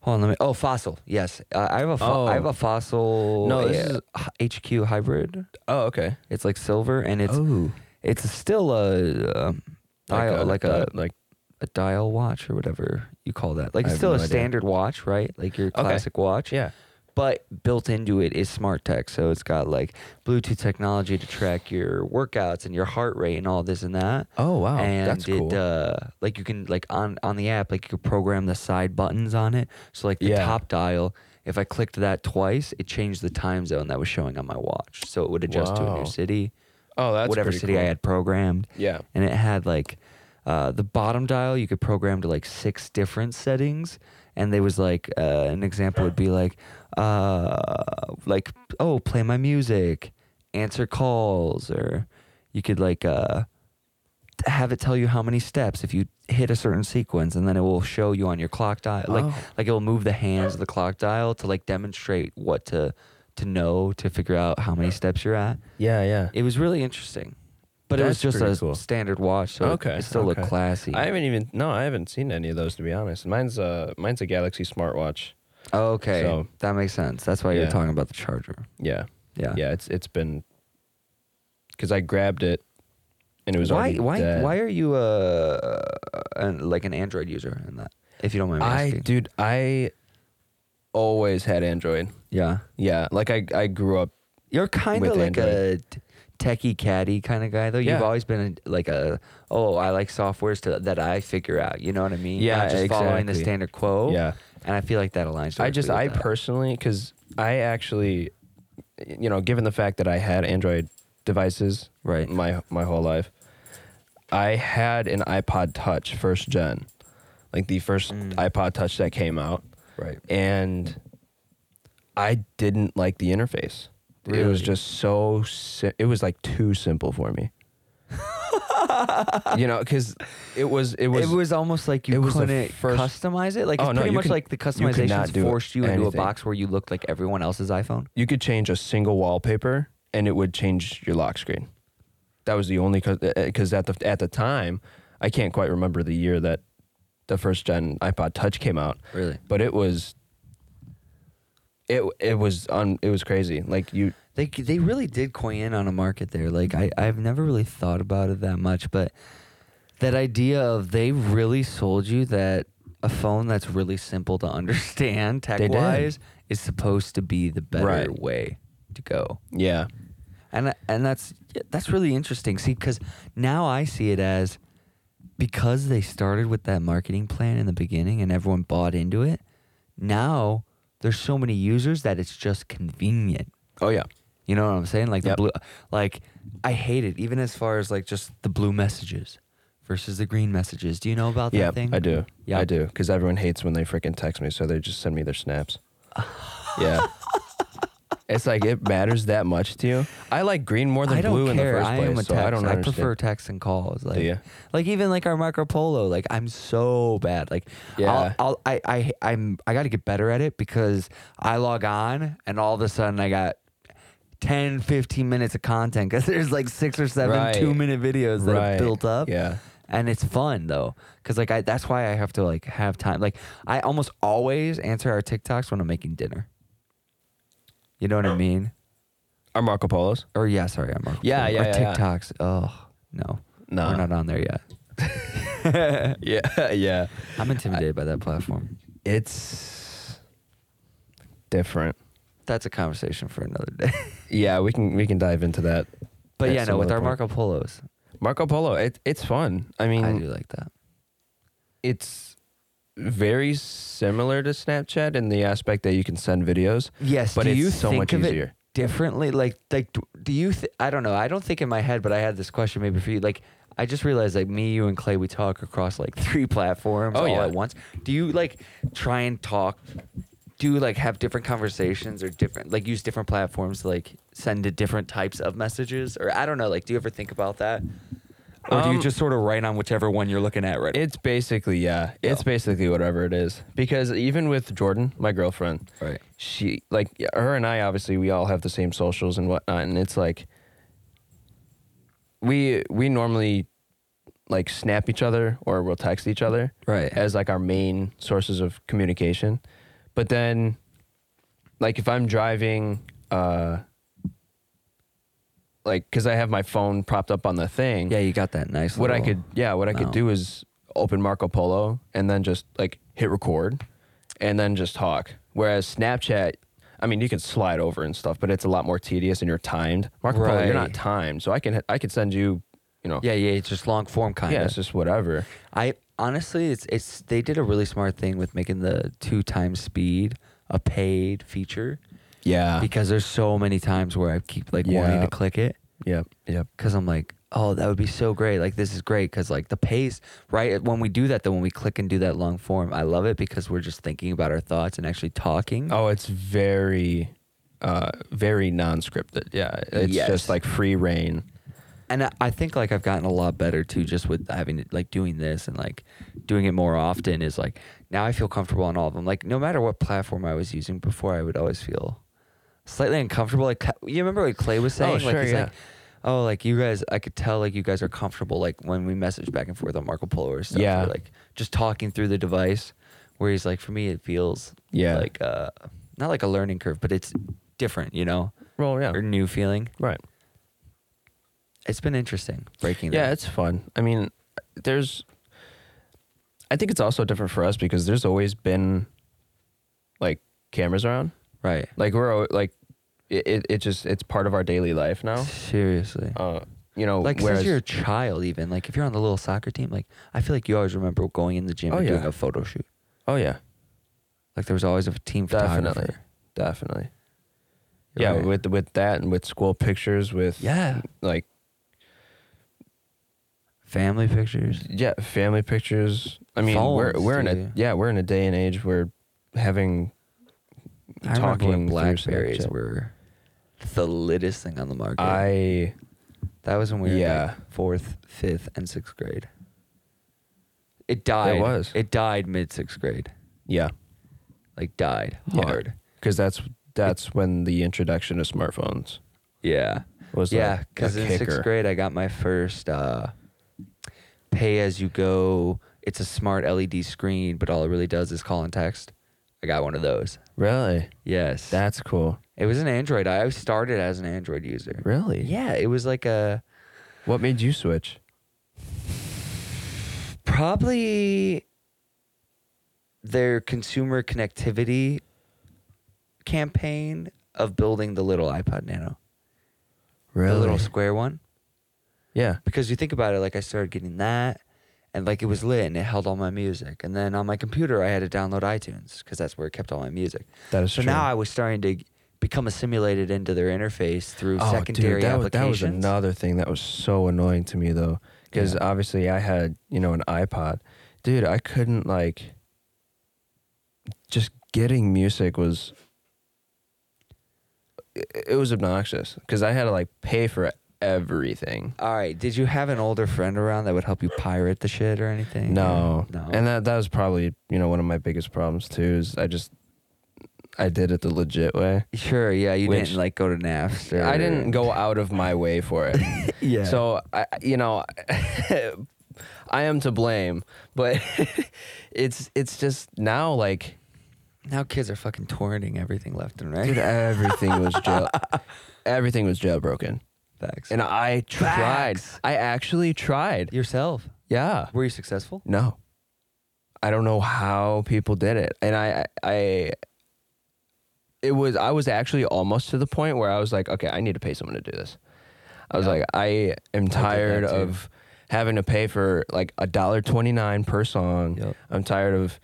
[SPEAKER 1] Hold on, let me. Oh, fossil. Yes, uh, I have a fo- I have
[SPEAKER 2] Oh.
[SPEAKER 1] a fossil.
[SPEAKER 2] No, this
[SPEAKER 1] uh, HQ hybrid.
[SPEAKER 2] Oh, okay.
[SPEAKER 1] It's like silver, and it's
[SPEAKER 2] oh,
[SPEAKER 1] it's still a um, dial, like a,
[SPEAKER 2] like
[SPEAKER 1] a dial watch or whatever you call that. Like
[SPEAKER 2] I
[SPEAKER 1] it's
[SPEAKER 2] have
[SPEAKER 1] still
[SPEAKER 2] no
[SPEAKER 1] a
[SPEAKER 2] idea.
[SPEAKER 1] standard watch, right? Like your classic watch.
[SPEAKER 2] yeah.
[SPEAKER 1] But built into it is smart tech, so it's got like Bluetooth technology to track your workouts and your heart rate and all this and that.
[SPEAKER 2] Oh wow,
[SPEAKER 1] and
[SPEAKER 2] that's
[SPEAKER 1] it
[SPEAKER 2] cool.
[SPEAKER 1] uh, like you can like on on the app like you could program the side buttons on it. So like the
[SPEAKER 2] Yeah.
[SPEAKER 1] top dial, if I clicked that twice, it changed the time zone that was showing on my watch, so it would adjust to a
[SPEAKER 2] Wow.
[SPEAKER 1] new city,
[SPEAKER 2] oh, that's
[SPEAKER 1] whatever
[SPEAKER 2] pretty
[SPEAKER 1] city I
[SPEAKER 2] cool.
[SPEAKER 1] had programmed
[SPEAKER 2] Yeah.
[SPEAKER 1] and it had like uh, the bottom dial you could program to like six different settings and there was like uh, an example would be like uh, like oh play my music answer calls or you could like uh, have it tell you how many steps if you hit a certain sequence and then it will show you on your clock dial like
[SPEAKER 2] Oh.
[SPEAKER 1] like it will move the hands of the clock dial to like demonstrate what to to know to figure out how many steps you're at
[SPEAKER 2] Yeah, yeah.
[SPEAKER 1] it was really interesting, but it was
[SPEAKER 2] That's
[SPEAKER 1] just
[SPEAKER 2] pretty
[SPEAKER 1] a
[SPEAKER 2] cool.
[SPEAKER 1] standard watch, so
[SPEAKER 2] Okay,
[SPEAKER 1] it, it still looked
[SPEAKER 2] okay.
[SPEAKER 1] classy.
[SPEAKER 2] I haven't even no, I haven't seen any of those to be honest. Mine's a mine's a Galaxy smartwatch.
[SPEAKER 1] oh, okay,
[SPEAKER 2] So-
[SPEAKER 1] that makes sense. That's why
[SPEAKER 2] Yeah.
[SPEAKER 1] you're talking about the charger.
[SPEAKER 2] Yeah.
[SPEAKER 1] Yeah.
[SPEAKER 2] Yeah, it's it's been cuz I grabbed it and it was
[SPEAKER 1] why?
[SPEAKER 2] already
[SPEAKER 1] Why?
[SPEAKER 2] dead.
[SPEAKER 1] Why are you uh, an, like an Android user in that? If you don't mind me
[SPEAKER 2] I
[SPEAKER 1] asking.
[SPEAKER 2] dude, I always had Android.
[SPEAKER 1] Yeah,
[SPEAKER 2] Yeah, like I I grew up
[SPEAKER 1] you're kind of
[SPEAKER 2] With
[SPEAKER 1] like a t- techie caddy kind of guy, though. You've
[SPEAKER 2] Yeah.
[SPEAKER 1] always been a, like a oh, I like softwares to, that I figure out. You know what I mean?
[SPEAKER 2] Yeah,
[SPEAKER 1] Not just following the
[SPEAKER 2] exactly.
[SPEAKER 1] standard quo.
[SPEAKER 2] Yeah.
[SPEAKER 1] and I feel like that aligns.
[SPEAKER 2] I just
[SPEAKER 1] directly
[SPEAKER 2] I
[SPEAKER 1] with that.
[SPEAKER 2] personally cuz I actually you know, given the fact that I had Android devices
[SPEAKER 1] Right.
[SPEAKER 2] my my whole life, I had an iPod Touch first gen. Like the first
[SPEAKER 1] Mm.
[SPEAKER 2] iPod Touch that came out.
[SPEAKER 1] right.
[SPEAKER 2] and I didn't like the interface. It was
[SPEAKER 1] Really?
[SPEAKER 2] just so si- it was like too simple for me. you know, because it was it was
[SPEAKER 1] it was almost like you
[SPEAKER 2] it was the
[SPEAKER 1] couldn't
[SPEAKER 2] first-
[SPEAKER 1] customize it. Like it's
[SPEAKER 2] Oh, no,
[SPEAKER 1] pretty
[SPEAKER 2] you
[SPEAKER 1] much
[SPEAKER 2] could-
[SPEAKER 1] like the
[SPEAKER 2] you could not
[SPEAKER 1] customizations
[SPEAKER 2] do
[SPEAKER 1] forced you into a
[SPEAKER 2] anything.
[SPEAKER 1] box where you looked like everyone else's iPhone.
[SPEAKER 2] you could change a single wallpaper and it would change your lock screen. That was the only because at the at the time I can't quite remember the year that the first gen iPod Touch came out.
[SPEAKER 1] Really?
[SPEAKER 2] but it was it it was on it was crazy. Like you
[SPEAKER 1] They they really did coin in on a market there. Like I I've never really thought about it that much, but that idea of they really sold you that a phone that's really simple to understand tech
[SPEAKER 2] did.
[SPEAKER 1] wise is supposed to be the better
[SPEAKER 2] Right.
[SPEAKER 1] way to go.
[SPEAKER 2] yeah
[SPEAKER 1] and and that's that's really interesting. See, because now I see it as because they started with that marketing plan in the beginning and everyone bought into it. Now there's so many users that it's just convenient.
[SPEAKER 2] oh yeah
[SPEAKER 1] You know what I'm saying? Like the
[SPEAKER 2] Yep.
[SPEAKER 1] blue, like I hate it. Even as far as like just the blue messages versus the green messages. Do you know about that
[SPEAKER 2] Yeah,
[SPEAKER 1] thing?
[SPEAKER 2] I do.
[SPEAKER 1] Yeah.
[SPEAKER 2] I do. Because everyone hates when they freaking text me, so they just send me their snaps. yeah. It's like it matters that much to you. I like green more than
[SPEAKER 1] I don't
[SPEAKER 2] blue
[SPEAKER 1] care.
[SPEAKER 2] in the first
[SPEAKER 1] I
[SPEAKER 2] place,
[SPEAKER 1] am a text.
[SPEAKER 2] so I don't understand.
[SPEAKER 1] prefer text and calls. Like,
[SPEAKER 2] ya?
[SPEAKER 1] like even like our Marco Polo. Like I'm so bad. Like
[SPEAKER 2] Yeah.
[SPEAKER 1] I'll, I'll I I I'm I got to get better at it because I log on and all of a sudden I got 10, 15 minutes of content because there's like six or seven
[SPEAKER 2] Right.
[SPEAKER 1] two minute videos that
[SPEAKER 2] Right.
[SPEAKER 1] have built up.
[SPEAKER 2] Yeah.
[SPEAKER 1] And it's fun though, cause like I that's why I have to like have time. Like I almost always answer our TikToks when I'm making dinner. You know what I mean?
[SPEAKER 2] Are Marco Polos?
[SPEAKER 1] Or yeah, sorry, I'm Marco.
[SPEAKER 2] Yeah,
[SPEAKER 1] Polo.
[SPEAKER 2] yeah,
[SPEAKER 1] Or
[SPEAKER 2] yeah.
[SPEAKER 1] TikToks. Oh no,
[SPEAKER 2] Nah.
[SPEAKER 1] we're not on there yet.
[SPEAKER 2] Yeah, yeah.
[SPEAKER 1] I'm intimidated by that platform.
[SPEAKER 2] It's different.
[SPEAKER 1] That's a conversation for another day.
[SPEAKER 2] Yeah, we can we can dive into that.
[SPEAKER 1] but
[SPEAKER 2] at
[SPEAKER 1] yeah,
[SPEAKER 2] some
[SPEAKER 1] no, with
[SPEAKER 2] other
[SPEAKER 1] our
[SPEAKER 2] point.
[SPEAKER 1] Marco Polos,
[SPEAKER 2] Marco Polo, it, it's fun. I mean,
[SPEAKER 1] I do like that.
[SPEAKER 2] it's very similar to Snapchat in the aspect that you can send videos.
[SPEAKER 1] Yes,
[SPEAKER 2] but
[SPEAKER 1] do
[SPEAKER 2] it's
[SPEAKER 1] you
[SPEAKER 2] so
[SPEAKER 1] think
[SPEAKER 2] much
[SPEAKER 1] of it
[SPEAKER 2] easier.
[SPEAKER 1] differently? Like, like, d- do you? Th- I don't know. I don't think in my head, but I had this question maybe for you. Like, I just realized, like, me, you, and Clay, we talk across like three platforms
[SPEAKER 2] Oh,
[SPEAKER 1] all
[SPEAKER 2] yeah.
[SPEAKER 1] at once. Do you like try and talk? Do you like have different conversations or different like use different platforms to like send to different types of messages or I don't know like do you ever think about that or do you
[SPEAKER 2] Um,
[SPEAKER 1] just sort of write on whichever one you're looking at right
[SPEAKER 2] It's basically yeah. It's
[SPEAKER 1] Yeah.
[SPEAKER 2] basically whatever it is. Because even with Jordan, my girlfriend,
[SPEAKER 1] Right.
[SPEAKER 2] She like her and I obviously we all have the same socials and whatnot, and it's like we we normally like snap each other or we'll text each other
[SPEAKER 1] Right.
[SPEAKER 2] as like our main sources of communication. But then like if I'm driving uh like cuz I have my phone propped up on the thing
[SPEAKER 1] yeah you got that nice
[SPEAKER 2] what I
[SPEAKER 1] little-
[SPEAKER 2] could yeah, what I could
[SPEAKER 1] No.
[SPEAKER 2] do is open Marco Polo and then just like hit record and then just talk. Whereas Snapchat, I mean, you can slide over and stuff, but it's a lot more tedious and you're timed. Marco Polo, you're
[SPEAKER 1] Right.
[SPEAKER 2] not timed, so I can I could send you, you know,
[SPEAKER 1] yeah yeah it's just long form kind
[SPEAKER 2] yeah,
[SPEAKER 1] of
[SPEAKER 2] it's just whatever.
[SPEAKER 1] I honestly, it's it's they did a really smart thing with making the two times speed a paid feature
[SPEAKER 2] Yeah,
[SPEAKER 1] because there's so many times where I keep like wanting
[SPEAKER 2] Ah. Yeah.
[SPEAKER 1] to click it
[SPEAKER 2] yep, yep.
[SPEAKER 1] because I'm like, oh, that would be so great. Like this is great because like the pace, right? When we do that, then when we click and do that long form, I love it because we're just thinking about our thoughts and actually talking.
[SPEAKER 2] Oh, it's very, uh, very non-scripted. Yeah, it's
[SPEAKER 1] Yes.
[SPEAKER 2] just like free reign.
[SPEAKER 1] and I, I think like I've gotten a lot better too, just with having like doing this and like doing it more often is like now I feel comfortable on all of them. Like no matter what platform I was using before, I would always feel slightly uncomfortable. Like you remember what Clay was saying? like
[SPEAKER 2] sure,
[SPEAKER 1] he's like,
[SPEAKER 2] yeah.
[SPEAKER 1] oh, like you guys, I could tell like you guys are comfortable like when we message back and forth on Marco Polo or stuff. or,
[SPEAKER 2] Yeah.
[SPEAKER 1] like just talking through the device. Where he's like, for me, it feels
[SPEAKER 2] Yeah.
[SPEAKER 1] like uh, not like a learning curve, but it's different, you know,
[SPEAKER 2] Well, yeah,
[SPEAKER 1] or new feeling.
[SPEAKER 2] right.
[SPEAKER 1] It's been interesting breaking.
[SPEAKER 2] Yeah,
[SPEAKER 1] that.
[SPEAKER 2] it's fun. I mean, there's. I think it's also different for us because there's always been, like, cameras around.
[SPEAKER 1] right.
[SPEAKER 2] Like we're al- like, it it, it just it's part of our daily life now.
[SPEAKER 1] Seriously.
[SPEAKER 2] Uh, you know,
[SPEAKER 1] like
[SPEAKER 2] whereas
[SPEAKER 1] since you're a child, even like if you're on the little soccer team, like I feel like you always remember going in the gym
[SPEAKER 2] Oh,
[SPEAKER 1] and doing
[SPEAKER 2] yeah.
[SPEAKER 1] a photo shoot.
[SPEAKER 2] oh yeah,
[SPEAKER 1] Like there was always a team photographer.
[SPEAKER 2] definitely, definitely.
[SPEAKER 1] You're
[SPEAKER 2] yeah,
[SPEAKER 1] right.
[SPEAKER 2] with with that and with school pictures, with
[SPEAKER 1] Yeah.
[SPEAKER 2] like
[SPEAKER 1] Family pictures.
[SPEAKER 2] yeah, family pictures. I mean, we're
[SPEAKER 1] Phones,
[SPEAKER 2] we're in a
[SPEAKER 1] dude.
[SPEAKER 2] yeah, we're in a day and age where having
[SPEAKER 1] I remember when
[SPEAKER 2] Talking through
[SPEAKER 1] Blackberries
[SPEAKER 2] Snapchat.
[SPEAKER 1] were the littest thing on the market.
[SPEAKER 2] I
[SPEAKER 1] that was when we were yeah.
[SPEAKER 2] Yeah.
[SPEAKER 1] fourth, fifth, and sixth grade. It died.
[SPEAKER 2] was.
[SPEAKER 1] It died mid sixth grade.
[SPEAKER 2] yeah
[SPEAKER 1] Like died
[SPEAKER 2] Yeah.
[SPEAKER 1] hard.
[SPEAKER 2] because that's that's when the introduction of smartphones
[SPEAKER 1] Yeah.
[SPEAKER 2] was
[SPEAKER 1] yeah,
[SPEAKER 2] because
[SPEAKER 1] because in sixth grade I got my first uh, pay as you go. It's a smart LED screen, but all it really does is call and text. I got one of those.
[SPEAKER 2] Really,
[SPEAKER 1] Yes,
[SPEAKER 2] that's cool.
[SPEAKER 1] it was an Android. I started as an Android user.
[SPEAKER 2] Really,
[SPEAKER 1] Yeah, it was like a
[SPEAKER 2] What made you switch?
[SPEAKER 1] probably their consumer connectivity campaign of building the little iPod Nano, the little square one.
[SPEAKER 2] yeah.
[SPEAKER 1] because you think about it, like I started getting that, and like it was lit and it held all my music. And then on my computer, I had to download iTunes because that's where it kept all my music.
[SPEAKER 2] That is
[SPEAKER 1] so
[SPEAKER 2] true.
[SPEAKER 1] now I was starting to become assimilated into their interface through
[SPEAKER 2] Oh,
[SPEAKER 1] secondary
[SPEAKER 2] dude, that, was- that was
[SPEAKER 1] applications.
[SPEAKER 2] another thing that was so annoying to me though, because
[SPEAKER 1] Yeah.
[SPEAKER 2] obviously I had you know an iPod, dude. I couldn't like. Just getting music was. It, it was obnoxious because I had to like pay for everything.
[SPEAKER 1] All right. Did you have an older friend around that would help you pirate the shit or anything?
[SPEAKER 2] No,
[SPEAKER 1] No.
[SPEAKER 2] and that that was probably you know one of my biggest problems too. Is I just I did it the legit way.
[SPEAKER 1] sure. Yeah. You
[SPEAKER 2] Which-
[SPEAKER 1] didn't like go to Napster.
[SPEAKER 2] I didn't go out of my way for it.
[SPEAKER 1] Yeah.
[SPEAKER 2] So I, you know, I am to blame, but it's it's just now like
[SPEAKER 1] now kids are fucking torrenting everything left and right.
[SPEAKER 2] dude, everything was jail, everything was jailbroken,
[SPEAKER 1] Facts.
[SPEAKER 2] and I tried.
[SPEAKER 1] Facts.
[SPEAKER 2] I actually tried.
[SPEAKER 1] yourself.
[SPEAKER 2] Yeah.
[SPEAKER 1] Were you successful?
[SPEAKER 2] No. I don't know how people did it. And I I it was I was actually almost to the point where I was like, okay, I need to pay someone to do this. I was
[SPEAKER 1] Yeah.
[SPEAKER 2] like, I am tired
[SPEAKER 1] too.
[SPEAKER 2] of having to pay for like a dollar twenty nine per song.
[SPEAKER 1] Yep.
[SPEAKER 2] I'm tired of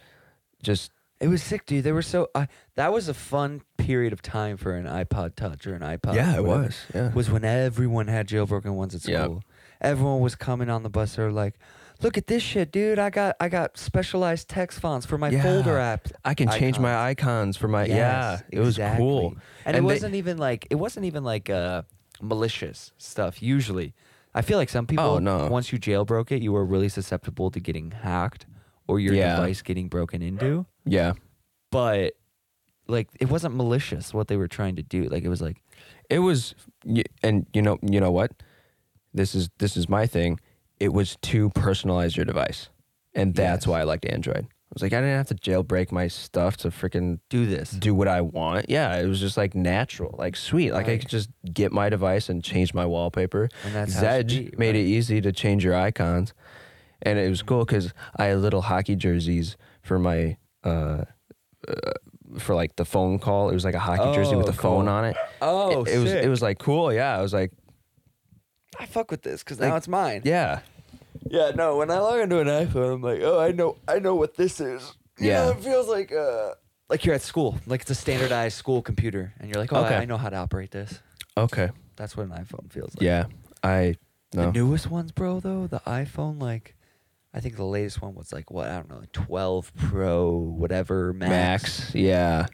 [SPEAKER 2] just
[SPEAKER 1] It was sick, dude. They were so. I that was a fun period of time for an iPod Touch or an iPod. whatever.
[SPEAKER 2] Yeah.
[SPEAKER 1] Was when everyone had jailbroken ones at school.
[SPEAKER 2] Yep.
[SPEAKER 1] Everyone was coming on the bus. They're like, "Look at this shit, dude! I got I got specialized text fonts for my
[SPEAKER 2] Yeah.
[SPEAKER 1] folder app.
[SPEAKER 2] I can change my icons for my yeah.
[SPEAKER 1] Yes,
[SPEAKER 2] It was
[SPEAKER 1] exactly.
[SPEAKER 2] cool.
[SPEAKER 1] and, it
[SPEAKER 2] And they-
[SPEAKER 1] wasn't even like it wasn't even like uh, malicious stuff. Usually, I feel like some people,
[SPEAKER 2] Oh, no.
[SPEAKER 1] once you jailbroke it, you were really susceptible to getting hacked or your
[SPEAKER 2] Yeah.
[SPEAKER 1] device getting broken into.
[SPEAKER 2] Yeah.
[SPEAKER 1] But like, it wasn't malicious what they were trying to do. Like, it was like,
[SPEAKER 2] It was, y- and you know, you know what? This is this is my thing. It was to personalize your device, and that's
[SPEAKER 1] Yes.
[SPEAKER 2] why I liked Android. I was like, I didn't have to jailbreak my stuff to freaking
[SPEAKER 1] do this.
[SPEAKER 2] do what I want. Yeah, it was just like natural, like sweet. Like I
[SPEAKER 1] Right.
[SPEAKER 2] could just get my device and change my wallpaper.
[SPEAKER 1] And that's how it should
[SPEAKER 2] Zedge
[SPEAKER 1] be,
[SPEAKER 2] made
[SPEAKER 1] right?
[SPEAKER 2] it easy to change your icons, and it was cool because I had little hockey jerseys for my. uh uh, for like the phone call, it was like a hockey jersey with
[SPEAKER 1] Oh,
[SPEAKER 2] a phone
[SPEAKER 1] cool.
[SPEAKER 2] on it
[SPEAKER 1] Oh,
[SPEAKER 2] it, it was it was like cool. Yeah, I was like,
[SPEAKER 1] I fuck with this because
[SPEAKER 2] like,
[SPEAKER 1] it's mine. Yeah.
[SPEAKER 2] yeah,
[SPEAKER 1] no. When I log into an iPhone, I'm like, oh, I know, I know what this is. You
[SPEAKER 2] Yeah.
[SPEAKER 1] know, it feels like uh, like you're at school, like it's a standardized school computer, and you're like, oh, I-
[SPEAKER 2] Okay.
[SPEAKER 1] I know how to operate this.
[SPEAKER 2] okay,
[SPEAKER 1] That's what an iPhone feels like.
[SPEAKER 2] yeah. I
[SPEAKER 1] The
[SPEAKER 2] no,
[SPEAKER 1] newest ones, bro, though, the iPhone, like, I think the latest one was like, what, I don't know, like 12 Pro, whatever, Max.
[SPEAKER 2] Max. Yeah,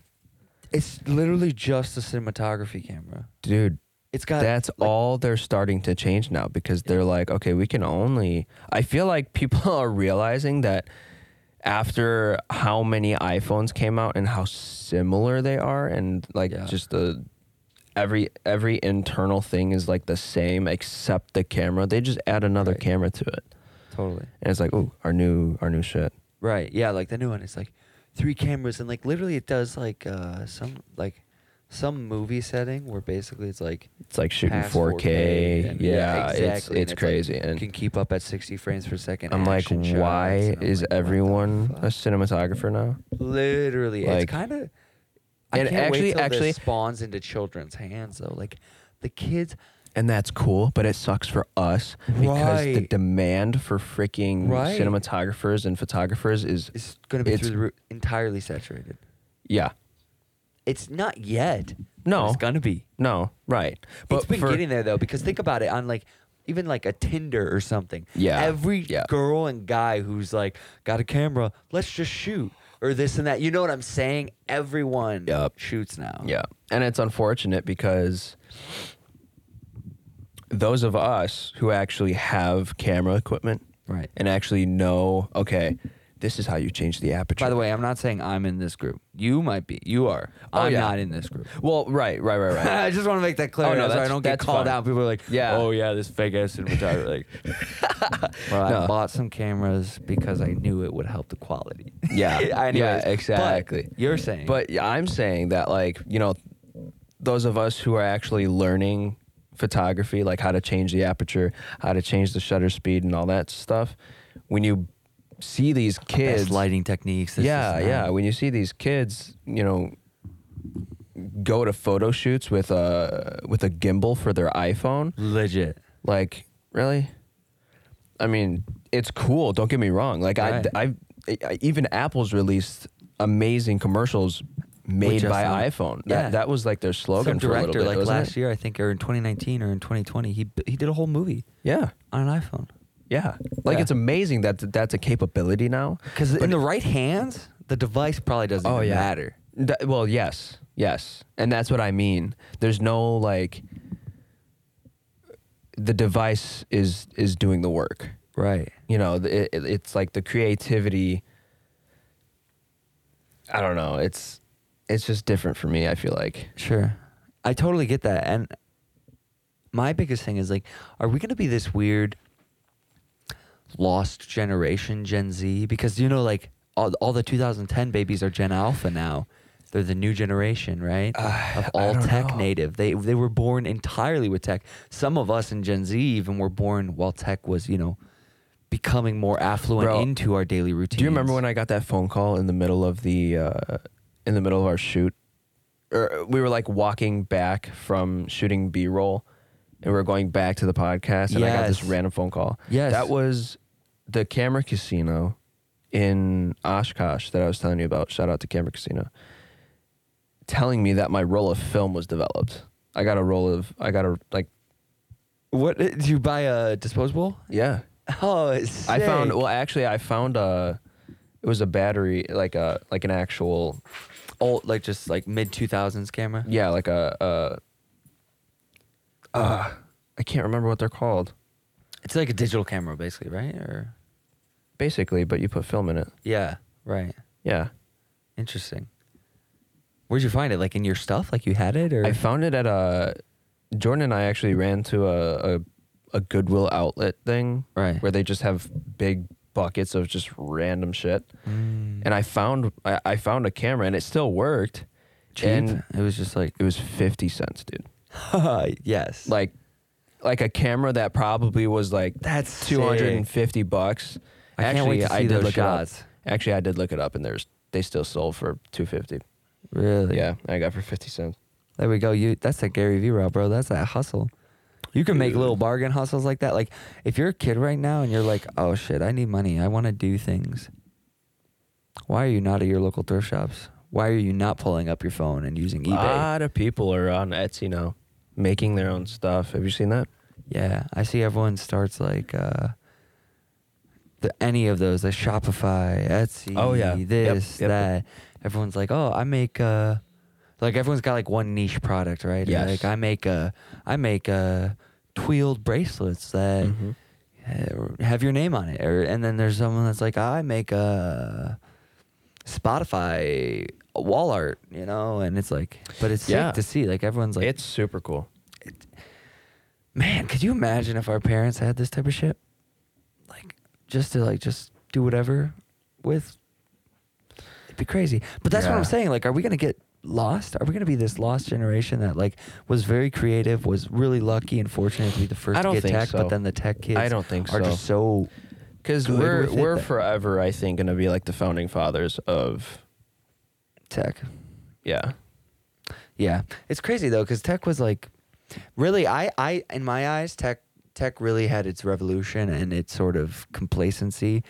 [SPEAKER 1] It's literally just a cinematography camera.
[SPEAKER 2] dude,
[SPEAKER 1] It's got.
[SPEAKER 2] that's all they're starting to change now because they're like, okay, we can only. I feel like people are realizing that after how many iPhones came out and how similar they are, and like
[SPEAKER 1] Yeah.
[SPEAKER 2] just the every every internal thing is like the same except the camera. They just add another
[SPEAKER 1] Right.
[SPEAKER 2] camera to it,
[SPEAKER 1] Totally.
[SPEAKER 2] and it's like, oh, our new our new shit.
[SPEAKER 1] Right. Yeah. Like the new one, it's like three cameras, and like literally it does like uh some, like, some movie setting where basically it's like
[SPEAKER 2] It's like shooting
[SPEAKER 1] past
[SPEAKER 2] 4K.
[SPEAKER 1] and-
[SPEAKER 2] yeah, it's
[SPEAKER 1] exactly. and
[SPEAKER 2] it's
[SPEAKER 1] like,
[SPEAKER 2] crazy.
[SPEAKER 1] you can
[SPEAKER 2] and
[SPEAKER 1] keep up at 60 frames per second.
[SPEAKER 2] I'm like,
[SPEAKER 1] action shots,
[SPEAKER 2] why
[SPEAKER 1] and I'm
[SPEAKER 2] is
[SPEAKER 1] like, what the
[SPEAKER 2] everyone a
[SPEAKER 1] fuck?
[SPEAKER 2] cinematographer now?
[SPEAKER 1] Literally,
[SPEAKER 2] Like-
[SPEAKER 1] it's kind of. I
[SPEAKER 2] And
[SPEAKER 1] can't actually,
[SPEAKER 2] actually-
[SPEAKER 1] wait till
[SPEAKER 2] actually-
[SPEAKER 1] this spawns into children's hands though. Like the kids,
[SPEAKER 2] And that's cool, but it sucks for us because the
[SPEAKER 1] Right.
[SPEAKER 2] demand for freaking
[SPEAKER 1] Right.
[SPEAKER 2] cinematographers and photographers is
[SPEAKER 1] it's going to be
[SPEAKER 2] It's-
[SPEAKER 1] through the roof, entirely saturated.
[SPEAKER 2] yeah.
[SPEAKER 1] It's not yet. but
[SPEAKER 2] No.
[SPEAKER 1] it's gonna be.
[SPEAKER 2] No, right. But
[SPEAKER 1] it's been
[SPEAKER 2] for,
[SPEAKER 1] getting there though, because think about it on like even like a Tinder or something.
[SPEAKER 2] Yeah,
[SPEAKER 1] Every
[SPEAKER 2] yeah.
[SPEAKER 1] girl and guy who's like got a camera, let's just shoot or this and that. You know what I'm saying? Everyone
[SPEAKER 2] Yup.
[SPEAKER 1] shoots now.
[SPEAKER 2] Yeah. And it's unfortunate because those of us who actually have camera equipment
[SPEAKER 1] Right.
[SPEAKER 2] and actually know, okay, this is how you change the aperture.
[SPEAKER 1] By the way, I'm not saying I'm in this group. You might be. You are.
[SPEAKER 2] Oh,
[SPEAKER 1] I'm
[SPEAKER 2] yeah.
[SPEAKER 1] not in this group.
[SPEAKER 2] Well, right, right, right, right.
[SPEAKER 1] I just want to make that clear.
[SPEAKER 2] Oh, no,
[SPEAKER 1] so I
[SPEAKER 2] that's-
[SPEAKER 1] don't get
[SPEAKER 2] that's
[SPEAKER 1] called
[SPEAKER 2] fine.
[SPEAKER 1] out. People are like,
[SPEAKER 2] Yeah.
[SPEAKER 1] oh yeah, this fake ass cinematographer. Like, Bro, I
[SPEAKER 2] No.
[SPEAKER 1] bought some cameras because I knew it would help the quality.
[SPEAKER 2] Yeah.
[SPEAKER 1] Anyways,
[SPEAKER 2] Yeah, exactly.
[SPEAKER 1] but you're saying,
[SPEAKER 2] But yeah, I'm saying that, like, you know, those of us who are actually learning photography, like how to change the aperture, how to change the shutter speed, and all that stuff, when you see these
[SPEAKER 1] best
[SPEAKER 2] kids,
[SPEAKER 1] lighting techniques. this,
[SPEAKER 2] yeah,
[SPEAKER 1] this, and
[SPEAKER 2] yeah,
[SPEAKER 1] that.
[SPEAKER 2] when you see these kids, you know, go to photo shoots with a with a gimbal for their iPhone,
[SPEAKER 1] legit.
[SPEAKER 2] like, really? I mean, it's cool. Don't get me wrong. Like, I,
[SPEAKER 1] Right.
[SPEAKER 2] I, I, even Apple's released amazing commercials made
[SPEAKER 1] just
[SPEAKER 2] by
[SPEAKER 1] an-
[SPEAKER 2] iPhone.
[SPEAKER 1] yeah.
[SPEAKER 2] That, that was like their slogan
[SPEAKER 1] Some
[SPEAKER 2] for a little
[SPEAKER 1] director,
[SPEAKER 2] bit,
[SPEAKER 1] like
[SPEAKER 2] wasn't
[SPEAKER 1] last
[SPEAKER 2] it?
[SPEAKER 1] year, I think, or in 2019 or in 2020, he he did a whole movie
[SPEAKER 2] Yeah,
[SPEAKER 1] on an iPhone.
[SPEAKER 2] Yeah, like
[SPEAKER 1] Yeah.
[SPEAKER 2] it's amazing that th- that's a capability now.
[SPEAKER 1] Because in the right hands, the device probably doesn't
[SPEAKER 2] Oh,
[SPEAKER 1] even
[SPEAKER 2] yeah.
[SPEAKER 1] matter.
[SPEAKER 2] Th- well, yes, yes, and that's what I mean. There's no like the device is is doing the work.
[SPEAKER 1] Right.
[SPEAKER 2] You know, th- it, it's like the creativity. I don't know. It's it's just different for me. I feel like.
[SPEAKER 1] Sure. I totally get that. And my biggest thing is like, are we going to be this weird lost generation Gen Z? Because, you know, like all, all the 2010 babies are Gen Alpha now. They're the new generation, right? of all
[SPEAKER 2] Uh, don't
[SPEAKER 1] tech
[SPEAKER 2] know.
[SPEAKER 1] native. They they were born entirely with tech. Some of us in Gen Z even were born while tech was, you know, becoming more affluent
[SPEAKER 2] Bro,
[SPEAKER 1] into our daily routine.
[SPEAKER 2] Do you remember when I got that phone call in the middle of the uh, in the middle of our shoot? Or we were like walking back from shooting B roll, and we were going back to the podcast, and I got this
[SPEAKER 1] Yes.
[SPEAKER 2] random phone call.
[SPEAKER 1] Yes.
[SPEAKER 2] that was the Camera Casino in Oshkosh that I was telling you about. Shout out to Camera Casino, telling me that my roll of film was developed. I got a roll of I got a like
[SPEAKER 1] What did you buy a disposable?
[SPEAKER 2] yeah
[SPEAKER 1] Oh,
[SPEAKER 2] I found
[SPEAKER 1] sick.
[SPEAKER 2] well actually I found a it was a battery like a like an actual
[SPEAKER 1] old, like just like mid two thousands camera.
[SPEAKER 2] yeah like a uh uh I can't remember what they're called
[SPEAKER 1] It's like a digital camera, basically, right? Or
[SPEAKER 2] basically but you put film in it
[SPEAKER 1] yeah, right.
[SPEAKER 2] yeah
[SPEAKER 1] Interesting. Where'd you find it? Like in your stuff? Like you had it, or
[SPEAKER 2] I found it at a Jordan and I actually ran to a a, a Goodwill outlet thing
[SPEAKER 1] Right.
[SPEAKER 2] where they just have big buckets of just random shit
[SPEAKER 1] Mm.
[SPEAKER 2] and I found I, I found a camera and it still worked
[SPEAKER 1] cheap?
[SPEAKER 2] and
[SPEAKER 1] it was just like
[SPEAKER 2] it was 50 cents dude
[SPEAKER 1] yes,
[SPEAKER 2] like like a camera that probably was like
[SPEAKER 1] That's
[SPEAKER 2] 250 bucks.
[SPEAKER 1] I can't wait to see those
[SPEAKER 2] look it up.
[SPEAKER 1] shots.
[SPEAKER 2] Actually, I did look it up and there's they still sold for 250.
[SPEAKER 1] really
[SPEAKER 2] Yeah, I got for 50 cents.
[SPEAKER 1] There we go. You that's that Gary Vee route, bro. That's that hustle. You can make
[SPEAKER 2] Dude.
[SPEAKER 1] little bargain hustles like that. Like if you're a kid right now and you're like, "Oh shit, I need money. I want to do things." Why are you not at your local thrift shops? Why are you not pulling up your phone and using
[SPEAKER 2] A
[SPEAKER 1] eBay?
[SPEAKER 2] lot of people are on Etsy now making their own stuff. Have you seen that?
[SPEAKER 1] yeah, I see everyone starts like uh the any of those, the Shopify, Etsy,
[SPEAKER 2] Oh, yeah. Yep,
[SPEAKER 1] this,
[SPEAKER 2] yep.
[SPEAKER 1] that. Everyone's like, "Oh, I make uh like everyone's got like one niche product, right?
[SPEAKER 2] Yes.
[SPEAKER 1] Like I make uh I make uh tweeled bracelets that
[SPEAKER 2] Mhm.
[SPEAKER 1] uh, have your name on it. Or, and then there's someone that's like, I make a Spotify wall art, you know? And it's like, but it's
[SPEAKER 2] Yeah.
[SPEAKER 1] sick to see. Like, everyone's like,
[SPEAKER 2] it's super cool.
[SPEAKER 1] man, could you imagine if our parents had this type of shit? Like, just to, like, just do whatever with? It'd be crazy. But that's what
[SPEAKER 2] Yeah.
[SPEAKER 1] I'm saying. Like, are we going to get lost? Are we going to be this lost generation that, like, was very creative, was really lucky and fortunate to be the first
[SPEAKER 2] I don't
[SPEAKER 1] to get
[SPEAKER 2] think
[SPEAKER 1] tech,
[SPEAKER 2] so.
[SPEAKER 1] but then the tech kids
[SPEAKER 2] I don't think
[SPEAKER 1] are
[SPEAKER 2] so.
[SPEAKER 1] just so
[SPEAKER 2] Cuz
[SPEAKER 1] good
[SPEAKER 2] we're
[SPEAKER 1] with it
[SPEAKER 2] we're
[SPEAKER 1] that-
[SPEAKER 2] forever I think going to be like the founding fathers of
[SPEAKER 1] tech.
[SPEAKER 2] yeah.
[SPEAKER 1] Yeah, it's crazy though because tech was like, really, I, I, in my eyes, tech, tech really had its revolution and its sort of complacency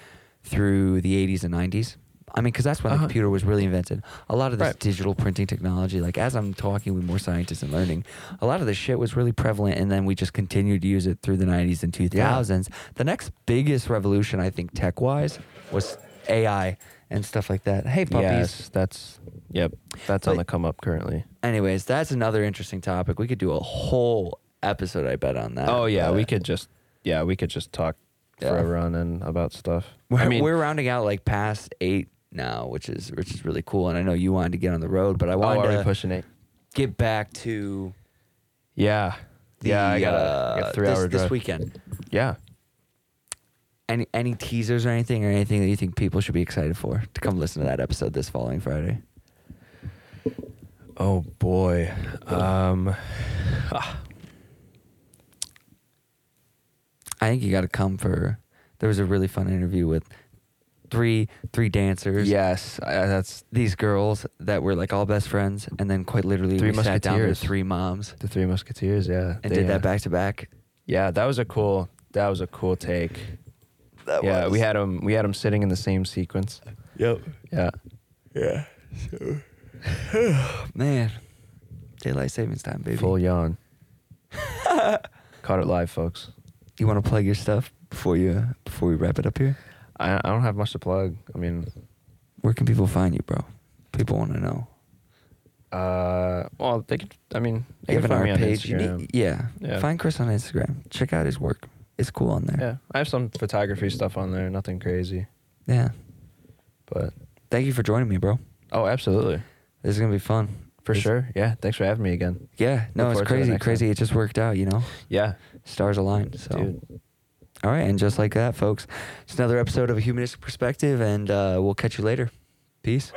[SPEAKER 1] through the '80s and '90s. I mean, because that's when
[SPEAKER 2] Uh-huh.
[SPEAKER 1] the computer was really invented. A lot of this
[SPEAKER 2] Right.
[SPEAKER 1] digital printing technology, like as I'm talking with more scientists and learning, a lot of this shit was really prevalent, and then we just continued to use it through the '90s and 2000s. The next biggest revolution, I think, tech-wise, was AI and stuff like that. Hey, puppies.
[SPEAKER 2] Yes, that's yep. That's on
[SPEAKER 1] But-
[SPEAKER 2] the come up currently.
[SPEAKER 1] Anyways, that's another interesting topic. We could do a whole episode, I bet, on that.
[SPEAKER 2] Oh yeah,
[SPEAKER 1] Ah, But
[SPEAKER 2] we could just yeah, we could just talk
[SPEAKER 1] Yeah.
[SPEAKER 2] forever on end about stuff.
[SPEAKER 1] We're,
[SPEAKER 2] I mean,
[SPEAKER 1] we're rounding out like past eight now, which is which is really cool. And I know you wanted to get on the road, but I
[SPEAKER 2] oh,
[SPEAKER 1] wanted
[SPEAKER 2] are we
[SPEAKER 1] to
[SPEAKER 2] pushing it?
[SPEAKER 1] get back to
[SPEAKER 2] Yeah,
[SPEAKER 1] the,
[SPEAKER 2] yeah. I got a,
[SPEAKER 1] uh,
[SPEAKER 2] three
[SPEAKER 1] this,
[SPEAKER 2] hour
[SPEAKER 1] this
[SPEAKER 2] drive.
[SPEAKER 1] weekend.
[SPEAKER 2] Yeah,
[SPEAKER 1] Any any teasers or anything or anything that you think people should be excited for to come listen to that episode this following Friday?
[SPEAKER 2] Oh boy. Um ah,
[SPEAKER 1] I think you got to come for. There was a really fun interview with three three dancers.
[SPEAKER 2] yes, I, that's
[SPEAKER 1] these girls that were like all best friends, and then quite literally
[SPEAKER 2] Three
[SPEAKER 1] we sat down with
[SPEAKER 2] Musketeers.
[SPEAKER 1] three moms
[SPEAKER 2] the Three Musketeers. Yeah,
[SPEAKER 1] and
[SPEAKER 2] They,
[SPEAKER 1] did
[SPEAKER 2] uh,
[SPEAKER 1] that back to back.
[SPEAKER 2] Yeah, that was a cool. That was a cool take.
[SPEAKER 1] That
[SPEAKER 2] yeah,
[SPEAKER 1] was-
[SPEAKER 2] we had them. We had them sitting in the same sequence.
[SPEAKER 1] Yep.
[SPEAKER 2] Yeah.
[SPEAKER 1] Yeah. man, daylight savings time, baby.
[SPEAKER 2] Full yawn. Caught it live, folks.
[SPEAKER 1] You want to plug your stuff before you before we wrap it up here?
[SPEAKER 2] I, I don't have much to plug. I mean,
[SPEAKER 1] Where can people find you, bro? People want to know.
[SPEAKER 2] uh, well, they could. I mean, they
[SPEAKER 1] You have
[SPEAKER 2] can
[SPEAKER 1] an
[SPEAKER 2] find me
[SPEAKER 1] art
[SPEAKER 2] on
[SPEAKER 1] page. You
[SPEAKER 2] Instagram.
[SPEAKER 1] need- yeah.
[SPEAKER 2] Yeah.
[SPEAKER 1] Find Chris on Instagram. Check out his work. It's cool on there.
[SPEAKER 2] yeah, I have some photography stuff on there. Nothing crazy,
[SPEAKER 1] Yeah.
[SPEAKER 2] but
[SPEAKER 1] Thank you for joining me, bro.
[SPEAKER 2] oh, absolutely
[SPEAKER 1] This is gonna be fun
[SPEAKER 2] for
[SPEAKER 1] This-
[SPEAKER 2] sure. Yeah, thanks for having me again.
[SPEAKER 1] Yeah. No, it's
[SPEAKER 2] Look forward to the
[SPEAKER 1] crazy.
[SPEAKER 2] next
[SPEAKER 1] Crazy. It just worked out. You know,
[SPEAKER 2] Yeah,
[SPEAKER 1] stars aligned. So.
[SPEAKER 2] dude.
[SPEAKER 1] All right, and just like that, folks, it's another episode of A Humanistic Perspective, and uh, we'll catch you later. Peace.